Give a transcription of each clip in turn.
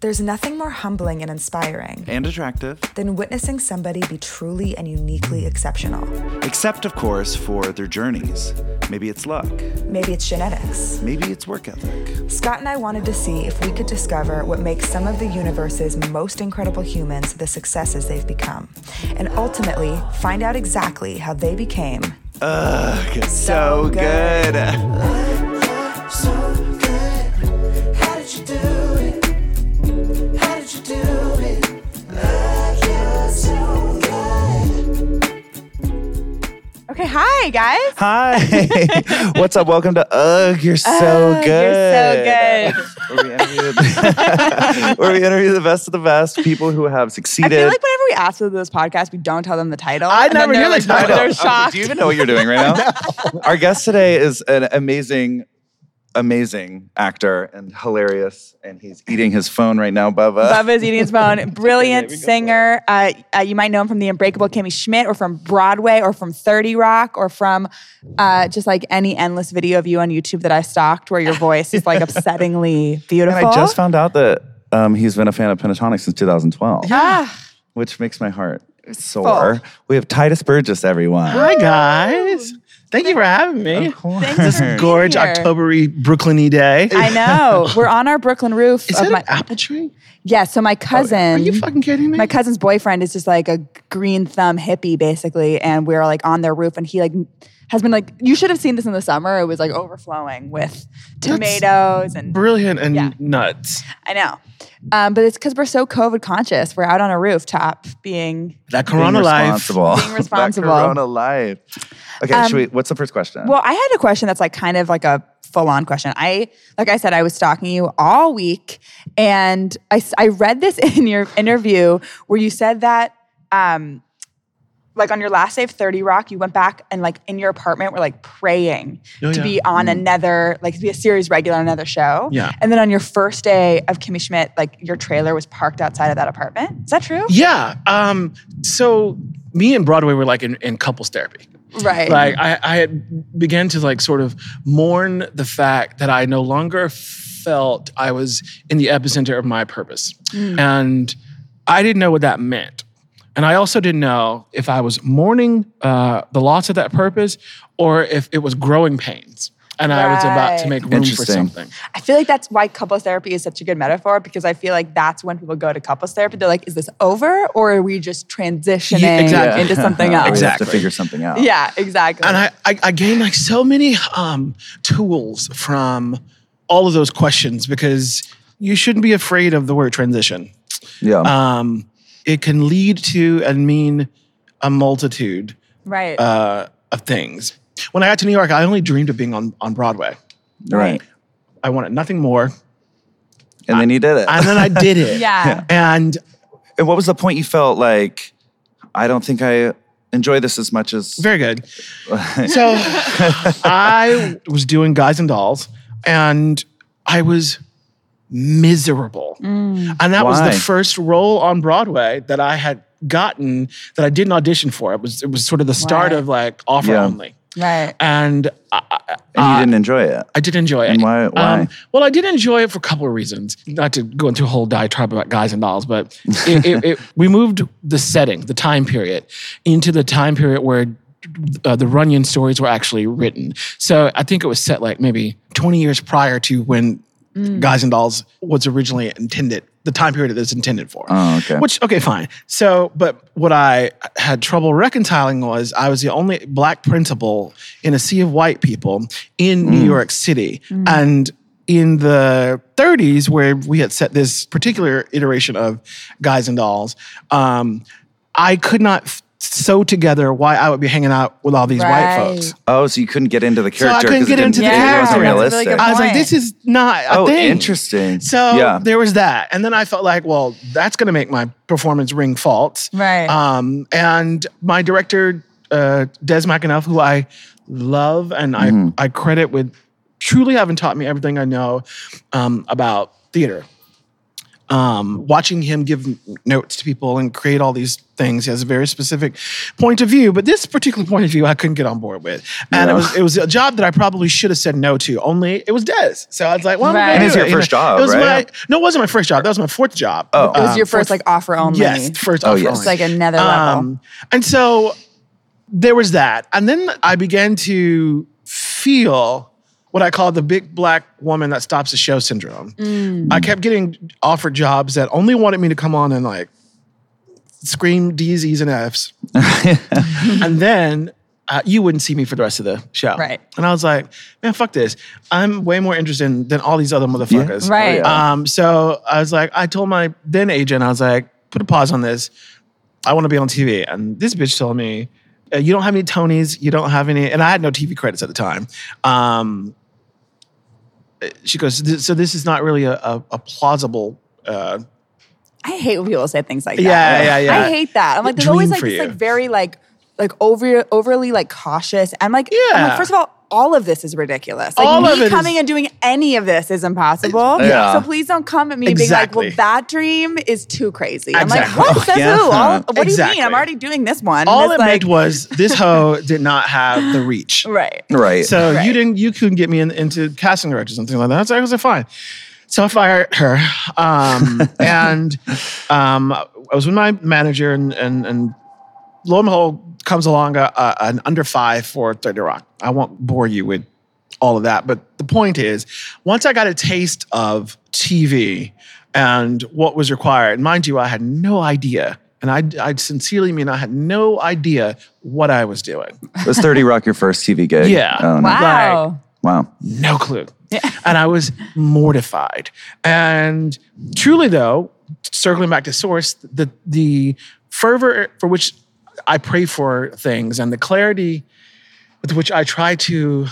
There's nothing more humbling and inspiring and attractive, than witnessing somebody be truly and uniquely exceptional. except, of course, for their journeys. Maybe it's luck, Maybe it's genetics. maybe it's work ethic. Scott and I wanted to see if we could discover what makes some of the universe's most incredible humans the successes they've become, and ultimately find out exactly how they became. Ugh, so good. So good. How did you do it? How did you do it? Love you so good. Okay, hi guys. Hi. What's up? Welcome to Ugh, you're so Ugh, good. You're so good. Where we, interview the, where we interview the best of the best, people who have I succeeded. feel like whenever we ask them this podcast, we don't tell them the title. I and then never they're knew the like, "Oh, title. Oh, They're Okay, shocked. Do you even know what you're doing right now? Our guest today is an amazing, amazing actor and hilarious, and he's eating his phone right now, Bubba. Bubba's eating his phone. Brilliant singer. Uh, uh, you might know him from The Unbreakable Kimmy Schmidt, or from Broadway, or from Thirty Rock, or from uh, just like any endless video of you on YouTube that I stalked, where your voice is like upsettingly beautiful. And I just found out that um, he's been a fan of Pentatonic since 2012, Ah, which makes my heart sore. We have Titus Burgess, everyone. Hi guys. Thank you for having me. This for gorge being here. Octobery Brooklyny day. I know. We're on our Brooklyn roof. Is of that my- an apple tree? Yeah, so my cousin. Are you fucking kidding me? my cousin's boyfriend is just like a green thumb hippie, basically, and we are like on their roof, and he like has been like, you should have seen this in the summer. It was like overflowing with tomatoes, and Brilliant and Yeah. nuts. I know, um, but it's because we're so COVID conscious. We're out on a rooftop being. That Being Corona life. responsible. That responsible. Um, corona life. Okay, should we, what's the first question? Well, I had a question that's like kind of like a full on question. I, like I said, I was stalking you all week, and I, s- I read this in your interview where you said that, um, like on your last day of 30 Rock, you went back and like in your apartment were like praying Oh, to yeah. be on another, like to be a series regular on another show. Yeah. And then on your first day of Kimmy Schmidt, like your trailer was parked outside of that apartment. Is that true? Yeah. Um, so me and Broadway were like in, in couples therapy. Right. Like I, I had began to like sort of mourn the fact that I no longer felt I was in the epicenter of my purpose. And I didn't know what that meant. And I also didn't know if I was mourning uh, the loss of that purpose or if it was growing pains. And I was about to Right. make room for Interesting. something. I feel like that's why couples therapy is such a good metaphor because I feel like that's when people go to couples therapy. They're like, is this over or are we just transitioning Yeah, exactly. into something We else? have to Exactly. figure something out. Yeah, exactly. And I, I, I gained like so many um, tools from all of those questions because you shouldn't be afraid of the word transition. Yeah. um, it can lead to and mean a multitude right. uh, of things. When I got to New York, I only dreamed of being on, on Broadway. right. I wanted nothing more. And then you did it. And then I did it. yeah. And and what was the point you felt like, I don't think I enjoy this as much as. very good. So I was doing Guys and Dolls, and I was miserable. And that was Why? the first role on Broadway that I had gotten that I didn't audition for. It was it was sort of the start Right. of like offer Yeah. only. Right. And I, I- and you didn't enjoy it. Uh, I did enjoy it. Um, And why- why? well, I did enjoy it for a couple of reasons. Not to go into a whole diatribe about guys and dolls, but it, it, it, we moved the setting, the time period, into the time period where uh, the Runyon stories were actually written. So I think it was set like maybe 20 years prior to when Mm. Guys and Dolls was originally intended, the time period it was intended for. Oh, okay. Which, okay, fine. So, but what I had trouble reconciling was I was the only black principal in a sea of white people in New York City. And in the 30s, where we had set this particular iteration of Guys and Dolls, um, I could not f- sew together why I would be hanging out with all these Right. white folks. Oh, so you couldn't get into the So I character. couldn't 'cause it get into didn't- the It wasn't character. Yeah, that's a realistic. really good I was like, point. this is not a oh, thing. interesting. So yeah, there was that. And then I felt like, well, that's going to make my performance ring false. Right. Um, and my director, uh, Des McAnuff, who I love and Mm-hmm. I, I credit with truly having taught me everything I know um, about theater. um, watching him give notes to people and create all these things. He has a very specific point of view, but this particular point of view I couldn't get on board with, and it Yeah. was it was a job that I probably should have said no to. Only it was Des, so I was like, well, I'm Right. gonna And do it's your it, you know. first job, It was right? my- no, it wasn't my first job. That was my fourth job. Oh. It was Um, your first like offer only. Yes, first Oh, offer yes. only. It's like another level. Um, and so there was that. And then I began to feel what I call the big black woman that stops the show syndrome. Mm. I kept getting offered jobs that only wanted me to come on and like scream D's, E's, and F's. and then uh, you wouldn't see me for the rest of the show. Right. And I was like, man, fuck this. I'm way more interested than all these other motherfuckers. Right. yeah. Um, so I was like, I told my then agent, I was like, put a pause on this. I want to be on TV. And this bitch told me, uh, you don't have any Tonys, you don't have any, and I had no TV credits at the time. Um, uh, she goes, "Th- so this is not really a, a, a plausible. Uh, I hate when people say things like that. Yeah, yeah, yeah. I hate that. I'm like, there's Dream always like for this you. like very like like over overly like cautious. I'm like, I'm Yeah. like, first of all, all of this is ridiculous. Like All me of it is- coming and doing any of this is impossible. Yeah. So please don't come at me Exactly. being like, well, that dream is too crazy. I'm Exactly. like, what? Says yeah. who? All, what do Exactly. you mean? I'm already doing this one. And all it's it like, meant was this hoe did not have the reach. right. Right. So you Right. didn't, you couldn't get me in, into casting directors and things like that. So I was like, fine. So I fired her, um, and um, I was with my manager, and and, and lo and behold, comes along a, a, an under five for Thirty Rock. I won't bore you with all of that, but the point is, once I got a taste of TV and what was required, and mind you, I had no idea. And I, I sincerely mean I had no idea what I was doing. was 30 Rock your first TV gig? Yeah. Oh, no. Wow. Wow. no clue. And I was mortified. And truly, though, circling back to source, the the fervor for which I pray for things and the clarity with which I try to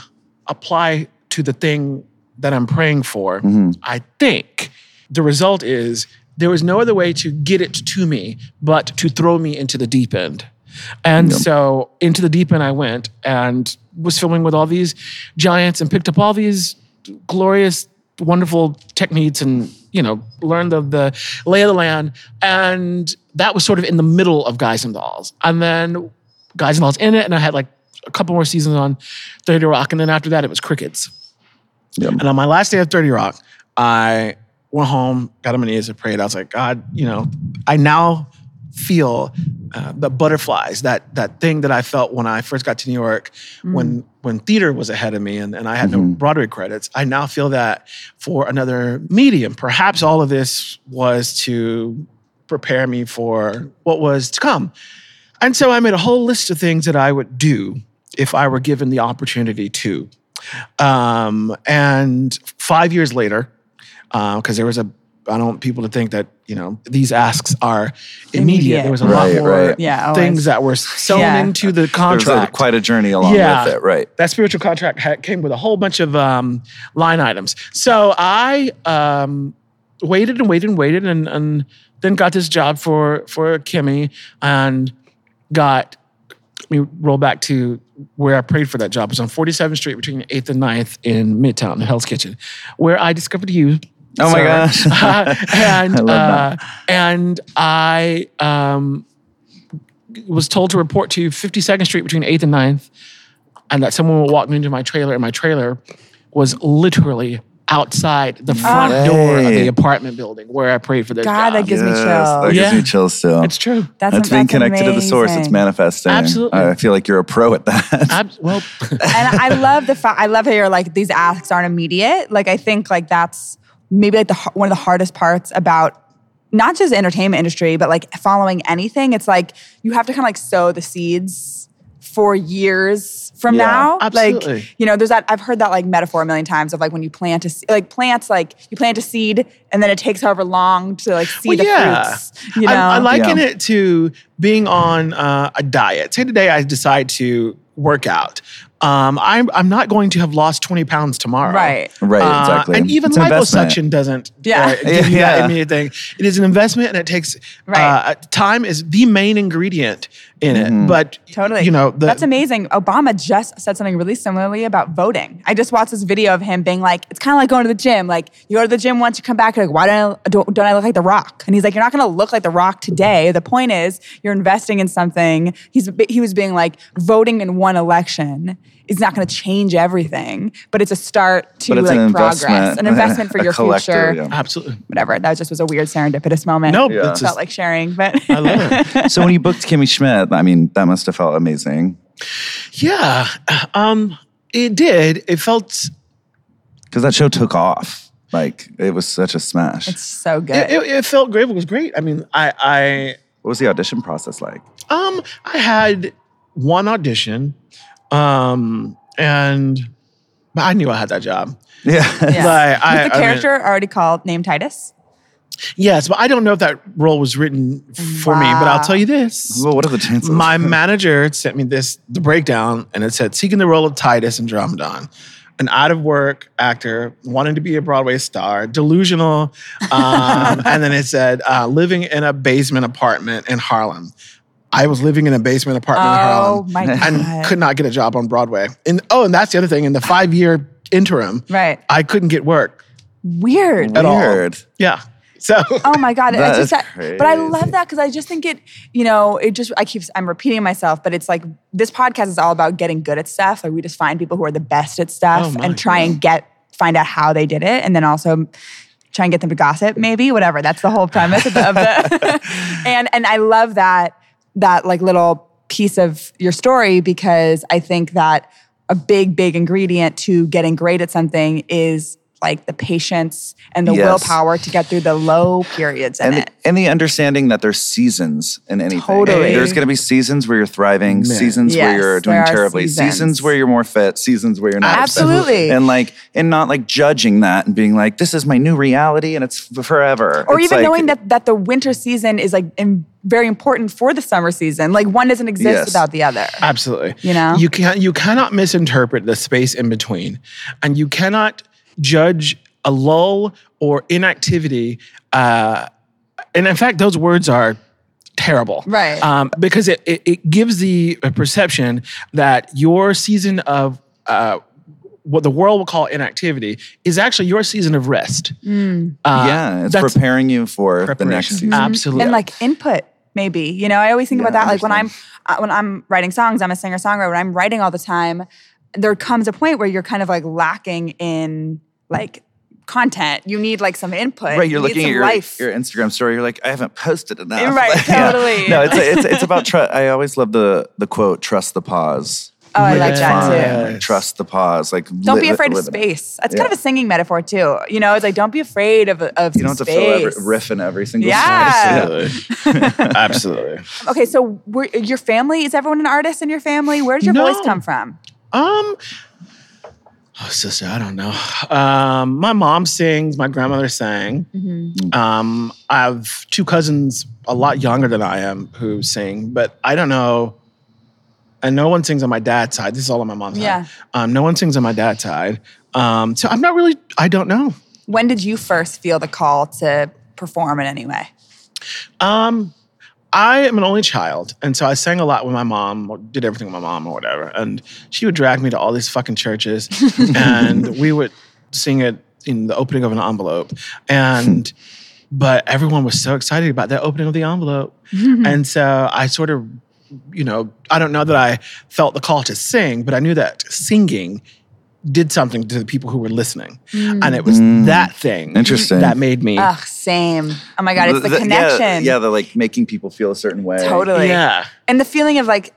apply to the thing that I'm praying for, I think the result is there was no other way to get it to me but to throw me into the deep end. And so into the deep end I went and was filming with all these giants and picked up all these glorious, wonderful techniques and you know learned the, the lay of the land. And that was sort of in the middle of Guys and Dolls. And then Guys and Dolls in it, and I had like a couple more seasons on 30 Rock, and then after that it was crickets. And on my last day of 30 Rock, I went home, got on my knees, and prayed. I was like, God, you know, I now feel uh, the butterflies, that that thing that I felt when I first got to New York, when when theater was ahead of me and, and I had no Broadway credits. I now feel that for another medium. Perhaps all of this was to prepare me for what was to come. And so I made a whole list of things that I would do if I were given the opportunity to. Um, and five years later, because there was a, I don't want people to think that, you know, these asks are immediate. Immediate. There was a Right, lot more right. Yeah, always. things that were sewn Yeah. into the There's a, contract. quite a journey along with it. Right. That spiritual contract had, came with a whole bunch of um, line items. So I um, waited and waited and waited, and, and then got this job for for Kimmy, and got let me roll back to where I prayed for that job. It was on 47th Street between 8th and 9th in Midtown, Hell's Kitchen, where I discovered you. Oh my gosh. and I love uh, and I um, was told to report to 52nd Street between 8th and 9th, and that someone would walk me into my trailer, and my trailer was literally outside the front Ah. door of Hey. the apartment building where I prayed for this God, that job. gives me Yes, chills. That gives Yeah. me chills still. it's true. That's, that's being that's connected to the source. It's amazing. manifesting. Absolutely. I feel like you're a pro at that. Ab- well, and I love the fact I love how you're like these asks aren't immediate. Like I think like that's maybe like the har- one of the hardest parts about not just the entertainment industry, but like following anything. It's like you have to kind of like sow the seeds for years from Yeah, now. absolutely. Like you know, there's that I've heard that like metaphor a million times of like when you plant a se- like plants like you plant a seed and then it takes however long to like see the fruits. You know, I, I liken Yeah. it to being on uh, a diet. Say today I decide to work out. Um, I'm I'm not going to have lost 20 pounds tomorrow. Right. Right, Uh, exactly. and even It's an investment. liposuction doesn't Yeah. uh, give you Yeah. that immediate thing. It uh, is an investment, and it takes Right. uh, time is the main ingredient in it. Mm-hmm. But Totally. you know, the, that's amazing. Obama just said something really similarly about voting. I just watched this video of him being like, it's kind of like going to the gym. Like, you go to the gym once, you come back, you're like, why don't I, don't, don't I look like The Rock? And he's like, you're not going to look like The Rock today. The point is, you're investing in something. He's He was being like, voting in one election is not going to change everything, but it's a start to But it's like an progress, investment. an investment for A your collector, future. yeah. absolutely. Whatever. That just was a weird serendipitous moment. Nope, Yeah. that's Felt just- like sharing, but I love it. Uh, so when you booked Kimmy Schmidt, I mean, that must have felt amazing. Yeah, um, it did. It felt Because that show took off. Like, it was such a smash. it's so good. it, it, it felt great. It was great. I mean, I what was the audition process like? I um I had one audition, um, and but I knew I had that job. Yeah. Yeah. was Like, I- I the mean- character already called named Titus? Yes, but I don't know if that role was written for me. But I'll Wow. tell you this. Well, what are the chances? My manager sent me this the breakdown, and it said seeking the role of Titus in Dromedon, an out of work actor wanting to be a Broadway star, delusional, um, and then it said uh, living in a basement apartment in Harlem. I was living in a basement apartment in Oh Harlem my and god! could not get a job on Broadway. And oh, and that's the other thing. In the five year interim, right, I couldn't get work weird. at all. Weird. Yeah, so. Oh my god! I That just is that- but I crazy. love that because I just think it. You know, it just I keep I'm repeating myself, but it's like this podcast is all about getting good at stuff. Like we just find people who are the best at Oh stuff my and try and get find out how they did it, and then also try and get them to gossip, maybe whatever. That's the whole premise of the. Of the and and I love that that like little piece of your story because I think that a big big ingredient to getting great at something is like the patience and the Yes. willpower to get through the low periods in and it. the, and the understanding that there's seasons in anything. Totally. There's going to be seasons where you're thriving, seasons where Yes, you're there doing are terribly, seasons. seasons. where you're more fit, seasons where you're not. Absolutely. And like, and not like judging that and being like, this is my new reality and it's f- forever. or It's even like- knowing that that the winter season is like im- very important for the summer season. Like one doesn't exist Yes. without the other. Absolutely. You know? You can you cannot misinterpret the space in between. And you cannot judge a lull or inactivity. Uh, and in fact, those words are terrible. Right. Um, because it, it, it gives the perception that your season of uh, what the world will call inactivity is actually your season of rest. Uh, yeah, it's that's preparing you for the next preparation. season. Uh, Absolutely. Mm-hmm. and like input maybe you know i always think Yeah, about that I like when i'm uh, when i'm writing songs i'm a singer songwriter when i'm writing all the time there comes a point where you're kind of like lacking in like content you need like some input Right, you're You need looking at some your, life your Instagram story. You're like, I haven't posted enough. Right, Yeah. totally. No, it's it's it's about. Tr- I always love the the quote. Trust the pause. oh i Yeah. like that Fine. too Like, Trust the pause. Like, don't li- be afraid of live it. space that's kind Yeah. of a singing metaphor too you know it's like don't be afraid of of You don't have to space. fill every riff in every single. Yeah. song. Absolutely. Absolutely. okay so were, your family is everyone an artist in your family where did your voice No. come from Um, oh, sister, I don't know. Um, my mom sings. My grandmother sang. Mm-hmm. Um, I have two cousins a lot younger than I am who sing, but I don't know. And no one sings on my dad's side. This is all on my mom's Yeah. side. Um, no one sings on my dad's side. Um, so I'm not really. I don't know. when did you first feel the call to perform in any way Um, I am an only child, and so I sang a lot with my mom, or did everything with my mom or whatever, and she would drag me to all these fucking churches, and we would sing it in the opening of an envelope, and but everyone was so excited about that opening of the envelope, and so I sort of, you know, I don't know that I felt the call to sing, but I knew that singing did something to the people who were listening, and it was that thing, Interesting. that made me. Ugh, same. Oh my god, it's the, Th- th- yeah, connection. Yeah, the like making people feel a certain way. totally. yeah. And the feeling of like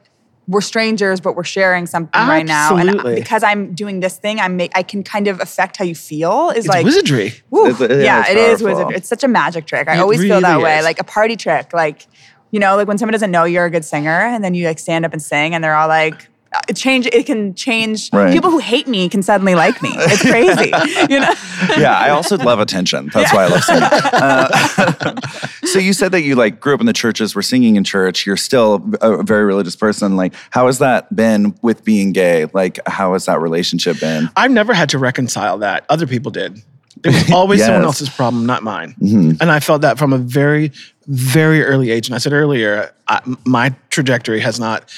we're strangers, but we're sharing something right now. And Absolutely. because I'm doing this thing, I make I can kind of affect how you feel. Is It's like wizardry. woo, It's- yeah, yeah, it's it is powerful. wizardry. It's such a magic trick. I It always feel that really way, is. like a party trick. Like you know, like when someone doesn't know you're a good singer, and then you like stand up and sing, and they're all like. uh, It change. It can change. Right. People who hate me can suddenly like me. It's crazy, you know. yeah, I also love attention. That's why I love singing. Uh, so you said that you like grew up in the churches, were singing in church. You're still a a very religious person. Like, how has that been with being gay? Like, how has that relationship been? I've never had to reconcile that. Other people did. It was always Yes. Mm-hmm. someone else's problem, not mine. And I felt that from a very very early age. And I said earlier, I, my trajectory has not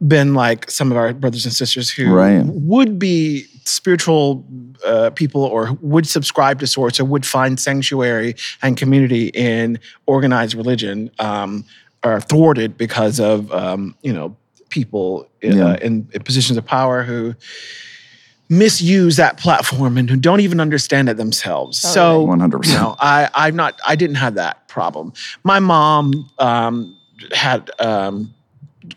been like some of our brothers and sisters who Right. would be spiritual uh, people or would subscribe to source or would find sanctuary and community in organized religion um, are thwarted because of um, you know people in, Yeah. uh, in, in positions of power who misuse that platform and who don't even understand it themselves so Totally. 100%. you know, i i'm not i didn't have that problem my mom um, had um,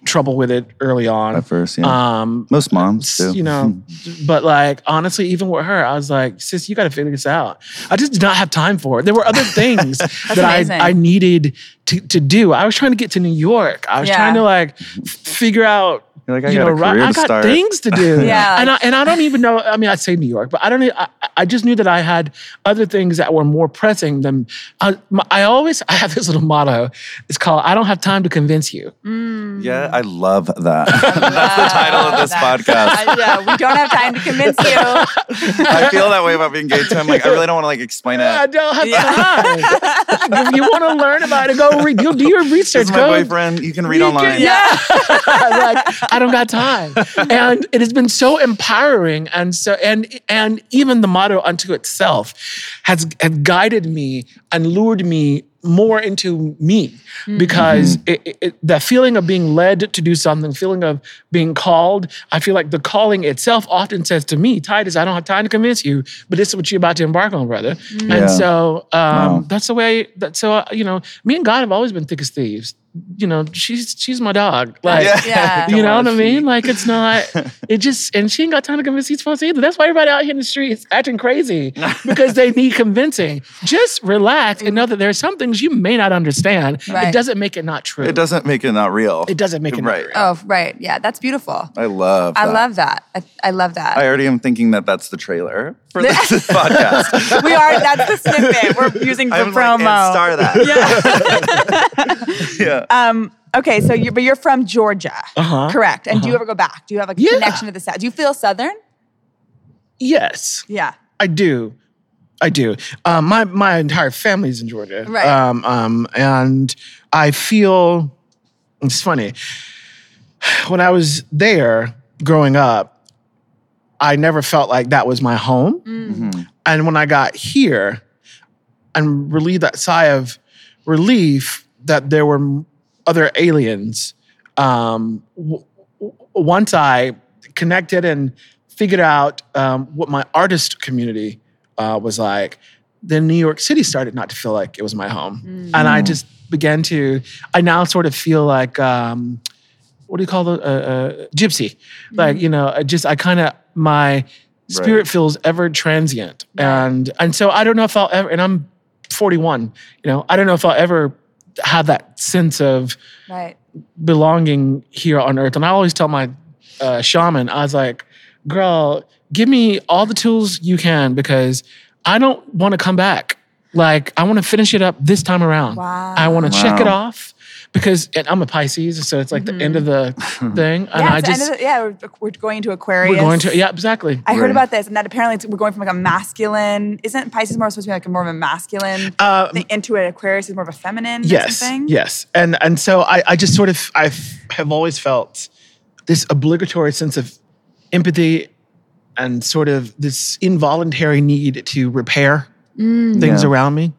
trouble with it early on At first, yeah. um, Most moms do. you know, but like honestly, even with her, I was like, sis, you got to figure this out. I just did not have time for it. There were other things that amazing. I, I needed to, to do. I was trying to get to New York. I was Yeah. trying to like f- figure out. You're like, I you got know, a right, career I to got start. things to do. Yeah. and I, and I don't even know. I mean, I say New York, but I don't. e- I, I just knew that I had other things that were more pressing than. I, my, I always I have this little motto. It's called "I don't have time to convince you." yeah, I love that. That's the title of this That- podcast. I- yeah, we don't have time to convince you. I feel that way about being gay too. I'm like, I really don't want to like explain I it. don't have time. if you want to learn about it, go read. Go do your research. This is my go. boyfriend. You can read You online. can- yeah. like, I don't got time. And it has been so empowering. And so, and, and even the motto unto itself has, has guided me and lured me more into me because Mm-hmm. it, it, it- that feeling of being led to do something, feeling of being called, I feel like the calling itself often says to me, Titus, I don't have time to convince you, but this is what you're about to embark on, brother. Yeah. And so um, Wow. that's the way that, so, uh, you know, me and God have always been thick as thieves. You know, she's, she's my dog. Like, Yeah. you know Don't what I wanna mean? cheat. Like it's not. It just and she ain't got time to convince these folks either. That's why everybody out here in the streets acting crazy because they need convincing. Just relax and know that there are some things you may not understand. Right. It doesn't make it not true. It doesn't make it not real. It doesn't make it not right. real. Oh, right. Yeah, that's beautiful. I love. I that. love that. I, I love that. I already am thinking that that's the trailer for this podcast. we are. That's the snippet we're using for I'm like, promo. and star that. yeah. yeah. Um, okay. So, you, but you're from Georgia, Uh-huh. correct? And do you ever go back? Do you have like, a Yeah. connection to the South? Do you feel Southern? Yes, Yeah. I do. I do. Um, my my entire family's in Georgia. Right. Um, um, and I feel it's funny. When I was there growing up, I never felt like that was my home. And when I got here, and relieved that sigh of relief that there were m- other aliens. Um, w- w- once I connected and figured out um, what my artist community uh, was like, then New York City started not to feel like it was my home, and I just began to. I now sort of feel like. Um, what do you call the uh, uh, gypsy? Like you know, I just I kind of my spirit feels ever transient, and and so I don't know if I'll ever. And I'm 41. You know, I don't know if I'll ever have that sense of Right. belonging here on earth. And I always tell my uh, shaman, I was like, girl, give me all the tools you can because I don't want to come back. Like, I want to finish it up this time around. Wow. I want to check Wow. it off because and I'm a Pisces. So it's like the end of the thing. And Mm-hmm. Yeah. I it's the end of just, the- yeah. We're, we're going to Aquarius. we're going to, yeah, exactly. I heard Right. about this, and that apparently it's, we're going from like a masculine. Isn't Pisces more supposed to be like a more of a masculine? Uh, the into it, Aquarius is more of a feminine. or yes something? yes and and so i i just sort of i have always felt this obligatory sense of empathy and sort of this involuntary need to repair things Yeah. around me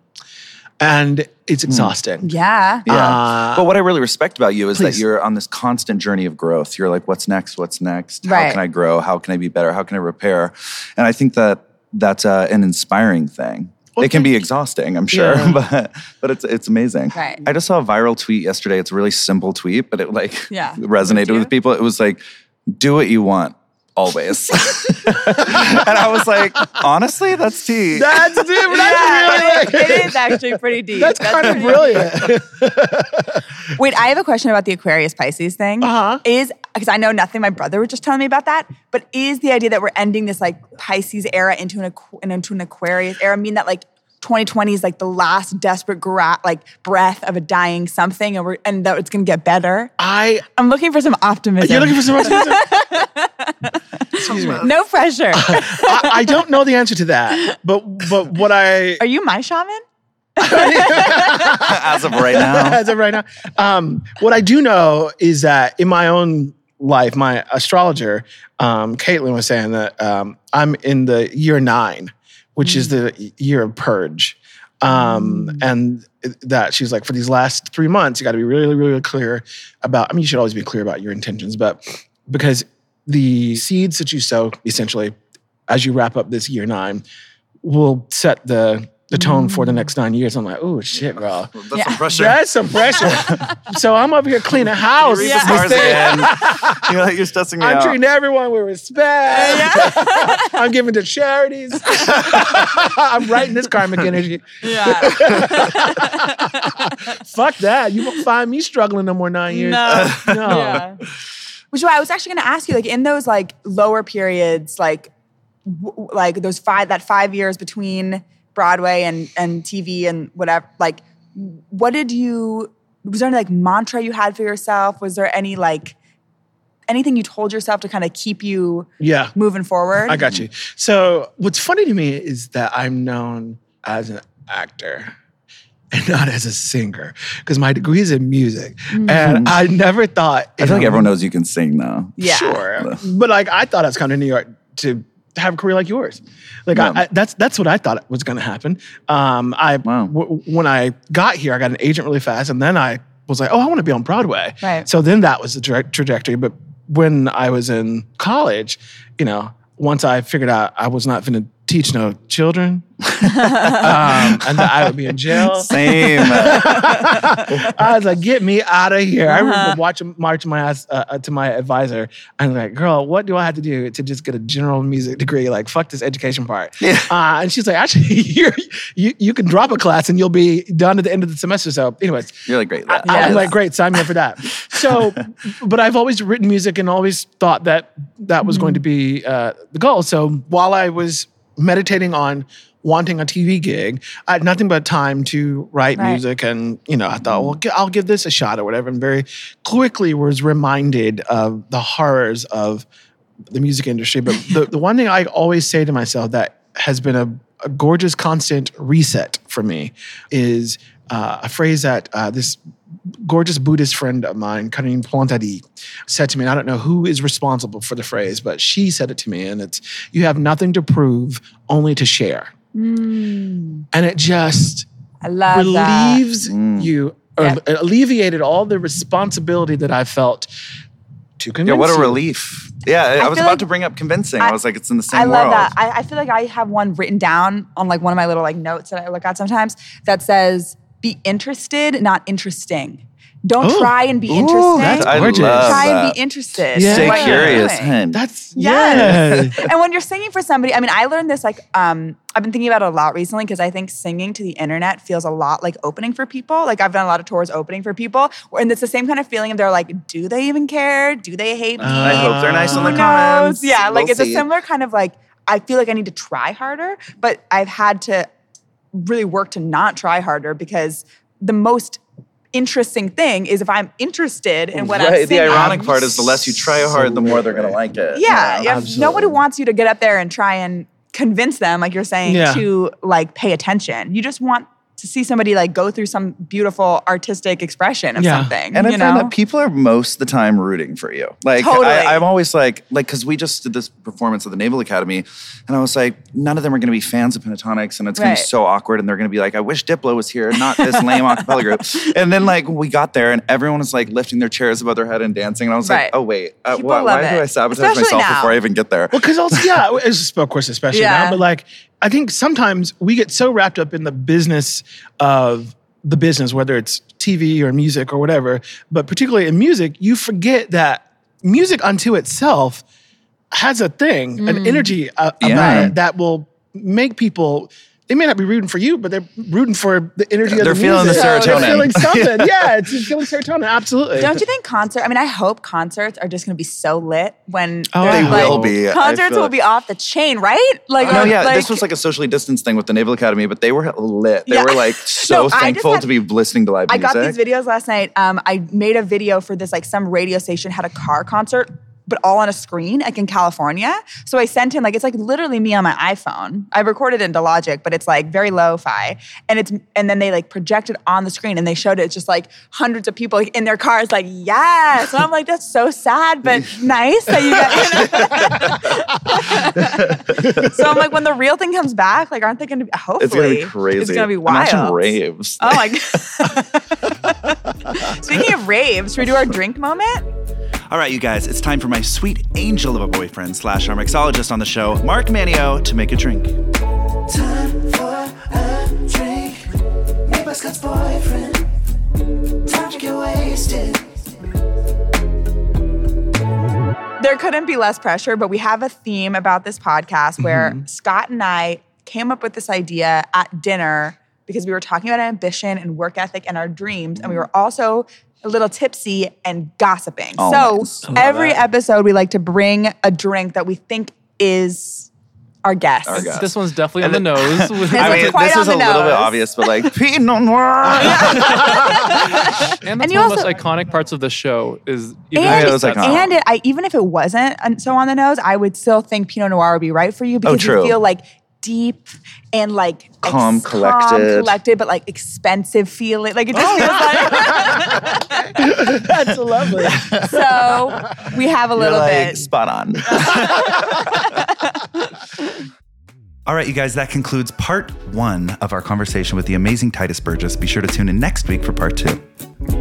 and it's exhausting Yeah. Yeah. Uh, but what I really respect about you is that please. you're on this constant journey of growth. You're like, what's next? What's next? Right. How can I grow? How can I be better? How can I repair? And I think that that's uh, an inspiring thing. it can be exhausting, I'm sure, Yeah. but but it's it's amazing. Right. I just saw a viral tweet yesterday. It's a really simple tweet, but it like Yeah. resonated with people. It was like, do what you want always. and I was like, honestly, that's tea. that's it Yeah, it, that's is, it is actually pretty deep. that's kind of pretty- brilliant Wait, I have a question about the Aquarius Pisces thing. Uh-huh. Is because I know nothing. My brother was just telling me about that. But is the idea that we're ending this like Pisces era into an Aqu- and into an Aquarius era mean that like 2020 is like the last desperate gra- like breath of a dying something, and we're and that it's gonna get better? i I'm looking for some optimism. you're looking for some excuse me no pressure. I, I don't know the answer to that but but what i Are you my shaman? as of right now. as of right now. Um, what I do know is that in my own life, my astrologer, um, Caitlin, was saying that um, I'm in the year nine, which is Mm. the year of purge. Um, and that she's like, for these last three months, you got to be really, really clear about. I mean, you should always be clear about your intentions, but because the seeds that you sow, essentially, as you wrap up this year nine, will set the the tone Mm. for the next nine years. I'm like, oh shit, girl. That's some pressure. That's some pressure. so I'm up here cleaning house. Read This the stars mistake. again. You're like, you're stressing me I'm out. treating everyone with respect. I'm giving to charities. I'm writing this karmic energy. Yeah. Fuck that. You won't find me struggling no more nine years. No. No. Yeah. Which is why I was actually going to ask you, like in those like lower periods, like w- w- like those five that five years between Broadway and and TV and whatever, like what did you? Was there any like mantra you had for yourself? Was there any like anything you told yourself to kind of keep you Yeah. moving forward? I got you. So what's funny to me is that I'm known as an actor and not as a singer because my degree is in music. And I never thought Mm-hmm. I feel like everyone knows you can sing now. Yeah. Sure. But like I thought I was coming to New York to have a career like yours. Like Yeah. I, I, that's that's what I thought was going to happen. Um, I Wow. w- when I got here, I got an agent really fast, and then I was like, oh, I want to be on Broadway. Right. So then that was the tra- trajectory. But when I was in college, you know, once I figured out I was not going to teach no children, um, and that I would be in jail. Same. Uh, I was like, get me out of here. I remember watching marching my ass uh, uh, to my advisor and like, girl, what do I have to do to just get a general music degree? Like, fuck this education part. Uh, and she's like, actually, you're, you you can drop a class and you'll be done at the end of the semester. So, anyways, You're like great. at that. I, am Yes. like, great, sign me up for that. So, but I've always written music and always thought that that was going to be uh, the goal. So while I was meditating on wanting a TV gig, I had nothing but time to write Right. music. And, you know, I thought, well, g- I'll give this a shot or whatever. And very quickly was reminded of the horrors of the music industry. But the, the one thing I always say to myself that has been a, a gorgeous constant reset for me is uh, a phrase that uh, this gorgeous Buddhist friend of mine, Karin Plantadi, said to me. And I don't know who is responsible for the phrase, but she said it to me. And it's, you have nothing to prove, only to share. And it just I Mm. love that. relieves you, or Yeah. it alleviated all the responsibility that I felt to convince Yeah, what a you. relief. Yeah, I, I was feel about like- to bring up convincing. I, was like, it's in the same I love world. that. I, I feel like I have one written down on like one of my little like notes that I look at sometimes that says, "Be interested, not interesting. Don't Oh. try and be Ooh, interesting. that's I gorgeous. love try and that. be interested. Yeah. in Stay what you're curious. doing. hun. That's, Yes. yeah. and when you're singing for somebody, I mean, I learned this like um, I've been thinking about it a lot recently because I think singing to the internet feels a lot like opening for people. Like I've done a lot of tours opening for people, and it's the same kind of feeling of they're like, do they even care? Do they hate me? I hope they're nice in the Who knows? comments. Yeah, like We'll it's a see. similar kind of like I feel like I need to try harder, but I've had to really work to not try harder because the most interesting thing is if I'm interested in what I'm Right, the singing. ironic part is the less you try hard, the more they're gonna like it. Yeah, yeah. if nobody wants you to get up there and try and convince them, like you're saying, Yeah. to like pay attention. You just want to see somebody like go through some beautiful artistic expression of Yeah. something. And I you find know? that people are most of the time rooting for you. Like Totally. I, I'm always like, like because we just did this performance at the Naval Academy, and I was like, none of them are going to be fans of Pentatonics, and it's going Right. to be so awkward, and they're going to be like, I wish Diplo was here, not this lame acapella group. And then like we got there, and everyone was like lifting their chairs above their head and dancing, and I was Right. like, oh wait, uh, People why, love why do it. I sabotage Especially myself now. before I even get there? Well, because also, yeah, it's of course, especially Yeah. now. But like, I think sometimes we get so wrapped up in the business of the business, whether it's TV or music or whatever. But particularly in music, you forget that music unto itself has a thing, an Mm. energy uh, about Yeah. it that will make people. They may not be rooting for you, but they're rooting for the energy of They're the feeling the music. serotonin. They're feeling something. yeah, it's it's feeling serotonin. Absolutely. Don't you think concert? I mean, I hope concerts are just going to be so lit when Oh, they're, They like, will be. I Concerts feel will it. be off the chain, right? Like, No, yeah, this was like a socially distanced thing with the Naval Academy, but they were lit. They Yeah. were like so No, I just thankful had- to be listening to live I music. got these videos last night. Um, I made a video for this, like some radio station had a car concert but all on a screen, like in California. So I sent him like it's like literally me on my iPhone. I recorded it into Logic, but it's like very lo-fi, and it's and then they like projected on the screen and they showed it It's just like hundreds of people like, in their cars, like yes. And I'm like that's so sad, but nice that you. Got, so I'm like, when the real thing comes back, like aren't they going to? be Hopefully, It's gonna be crazy. It's gonna be wild. Imagine raves. Oh my god. Speaking of raves, should we do our drink moment? All right, you guys, it's time for my sweet angel of a boyfriend slash our mixologist on the show, Mark Manio, to make a drink. Time for a drink. Made by Scott's boyfriend. Time to get wasted. There couldn't be less pressure, but we have a theme about this podcast where Scott and I came up with this idea at dinner because we were talking about ambition and work ethic and our dreams, and we were also a little tipsy and gossiping. Always. So every episode, we like to bring a drink that we think is our guest. Our guest. This one's definitely on the nose. With- I mean- quite this on is a the little bit nose. Uh, obvious, but like Pinot Noir. and that's you one of also- the most iconic parts of the show. Is you And, Yeah, guys it was "Oh." discuss- iconic. and it, I, even if it wasn't un- so on the nose, I would still think Pinot Noir would be right for you because Oh, true. you feel like deep and like Calm, collected. calm, collected, but like expensive feeling. Like it just feels Oh. like that's lovely. So we have a little like, bit. spot on. All right, you guys, that concludes part one of our conversation with the amazing Titus Burgess. Be sure to tune in next week for part two.